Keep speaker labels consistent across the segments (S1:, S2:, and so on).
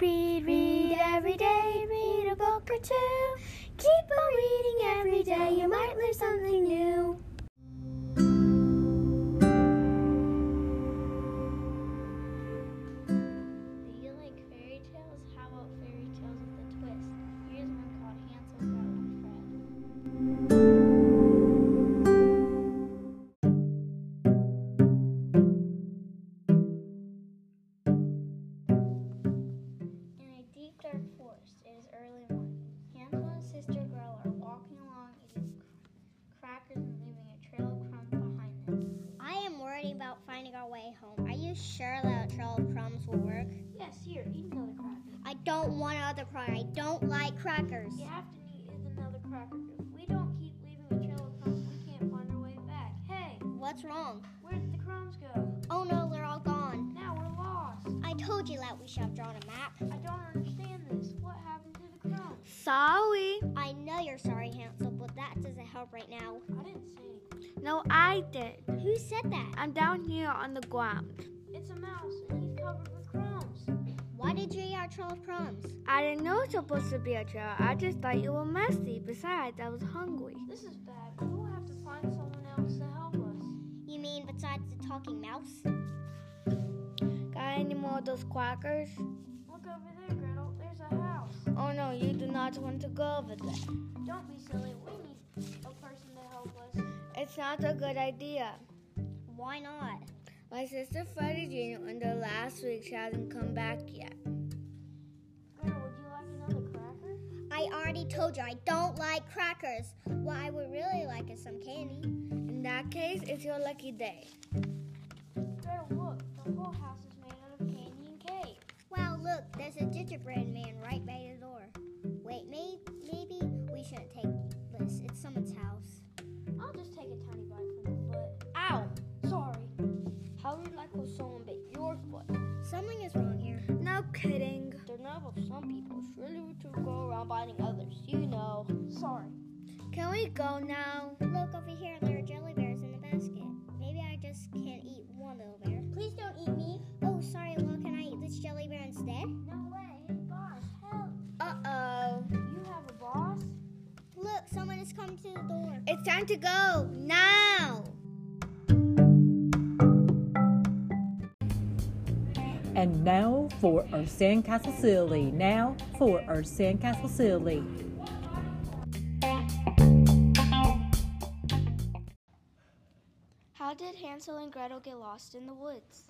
S1: Read, read every day, read a book or two. Keep on reading every day, you might learn something new.
S2: Do you like fairy tales? How about fairy tales with a twist? Here's one called Hansel Gretel and Fred. In a deep dark forest, it is early morning. Hansel and his sister Gretel are walking along, eating crackers and leaving a trail of crumbs behind them.
S3: I am worried about finding our way home. Are you sure that trail of crumbs will work?
S2: Yes, here, eat another cracker.
S3: I don't want another cracker. I don't like crackers.
S2: You have to eat another cracker. If we don't keep leaving a trail of crumbs, we can't find our way back. Hey,
S3: What's wrong?
S2: where did the crumbs go?
S3: Oh no, they're all gone.
S2: Now we're lost.
S3: I told you that we should have drawn a map.
S2: I don't understand this. What happened to the crumbs?
S1: Sorry.
S3: I know you're sorry, Hansel, but that doesn't help right now.
S2: I didn't say anything.
S1: No, I did.
S3: Who said that?
S1: I'm down here on the ground.
S2: It's a mouse, and he's covered with crumbs.
S3: Why did you eat our trail of crumbs?
S1: I didn't know it was supposed to be a trail. I just thought you were messy. Besides, I was hungry.
S2: This is bad. We will have to find someone else to help us.
S3: You mean besides the talking mouse?
S1: Got any more of those crackers?
S2: Look over there, Gretel. There's a house.
S1: Oh no, you do not want to go over there.
S2: Don't be silly. We need a person to help us.
S1: It's not a good idea.
S3: Why not?
S1: My sister Freddie Jr. under last week she hasn't come back yet.
S2: Gretel, would you like another cracker?
S3: I already told you I don't like crackers. What I would really like is some candy.
S1: In that case, it's your lucky day.
S2: Gretel, look. The whole house is made out of candy and cake.
S3: Wow, look, there's a gingerbread man right by the door. Wait, may- maybe we shouldn't take this. It's someone's house.
S2: I'll just take a tiny bite from the foot.
S1: Ow!
S2: Sorry.
S1: How would you like if someone bit your foot?
S3: Something is wrong here.
S1: No kidding.
S4: The nerve of some people surely to go around biting others, you know.
S2: Sorry.
S1: Can we go now?
S3: Look over here, there are jelly bears in the basket. Maybe I just can't eat one little bear.
S4: Please don't eat me.
S3: Oh, sorry, well, can I eat this jelly bear instead?
S2: No way. Hey, boss, help.
S1: Uh oh.
S2: You have a boss?
S3: Look, someone has come to the door.
S1: It's time to go now!
S5: And now for our sandcastle silly. Now for our sandcastle silly.
S2: How did Hansel and Gretel get lost in the woods?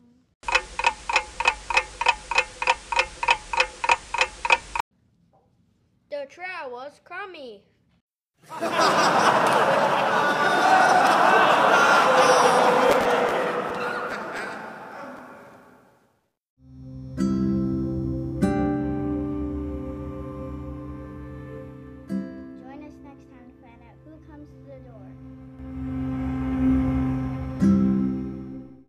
S4: The trail was crummy.